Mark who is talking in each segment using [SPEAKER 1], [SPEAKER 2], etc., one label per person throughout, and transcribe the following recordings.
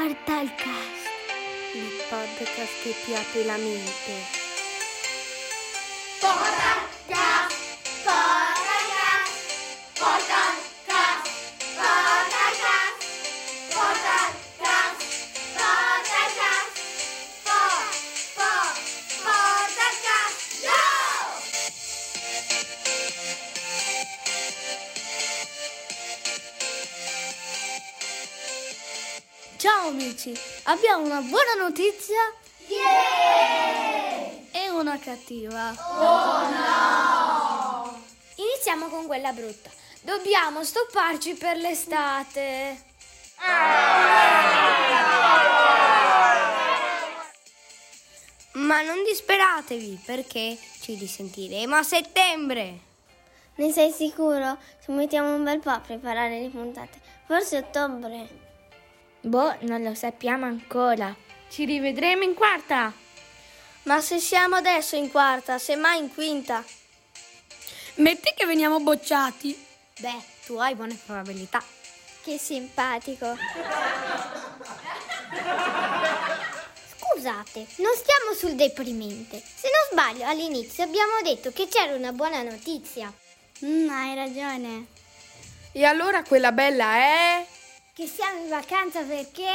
[SPEAKER 1] Talcast, il podcast che ti apre la mente. Ciao amici, abbiamo una buona notizia e una cattiva.
[SPEAKER 2] Oh, Iniziamo con quella brutta. Dobbiamo stopparci per l'estate.
[SPEAKER 1] Ma non disperatevi perché ci risentiremo a settembre.
[SPEAKER 3] Ne sei sicuro? Ci mettiamo un bel po' a preparare le puntate. Forse ottobre.
[SPEAKER 2] Boh, non lo sappiamo ancora.
[SPEAKER 1] Ci rivedremo in quarta.
[SPEAKER 3] Ma se siamo adesso in quarta, semmai in quinta.
[SPEAKER 1] Metti che veniamo bocciati.
[SPEAKER 2] Beh, tu hai buone probabilità.
[SPEAKER 3] Che simpatico.
[SPEAKER 4] Scusate, non stiamo sul deprimente. Se non sbaglio, all'inizio abbiamo detto che c'era una buona notizia.
[SPEAKER 3] Mm, hai ragione.
[SPEAKER 1] E allora quella bella è...
[SPEAKER 4] Che siamo in vacanza perché...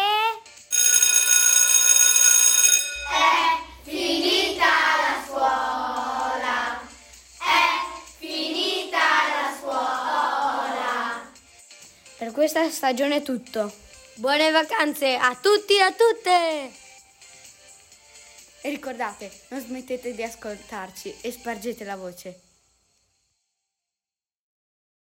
[SPEAKER 2] Per questa stagione è tutto.
[SPEAKER 1] Buone vacanze a tutti e a tutte! E ricordate, non smettete di ascoltarci e spargete la voce.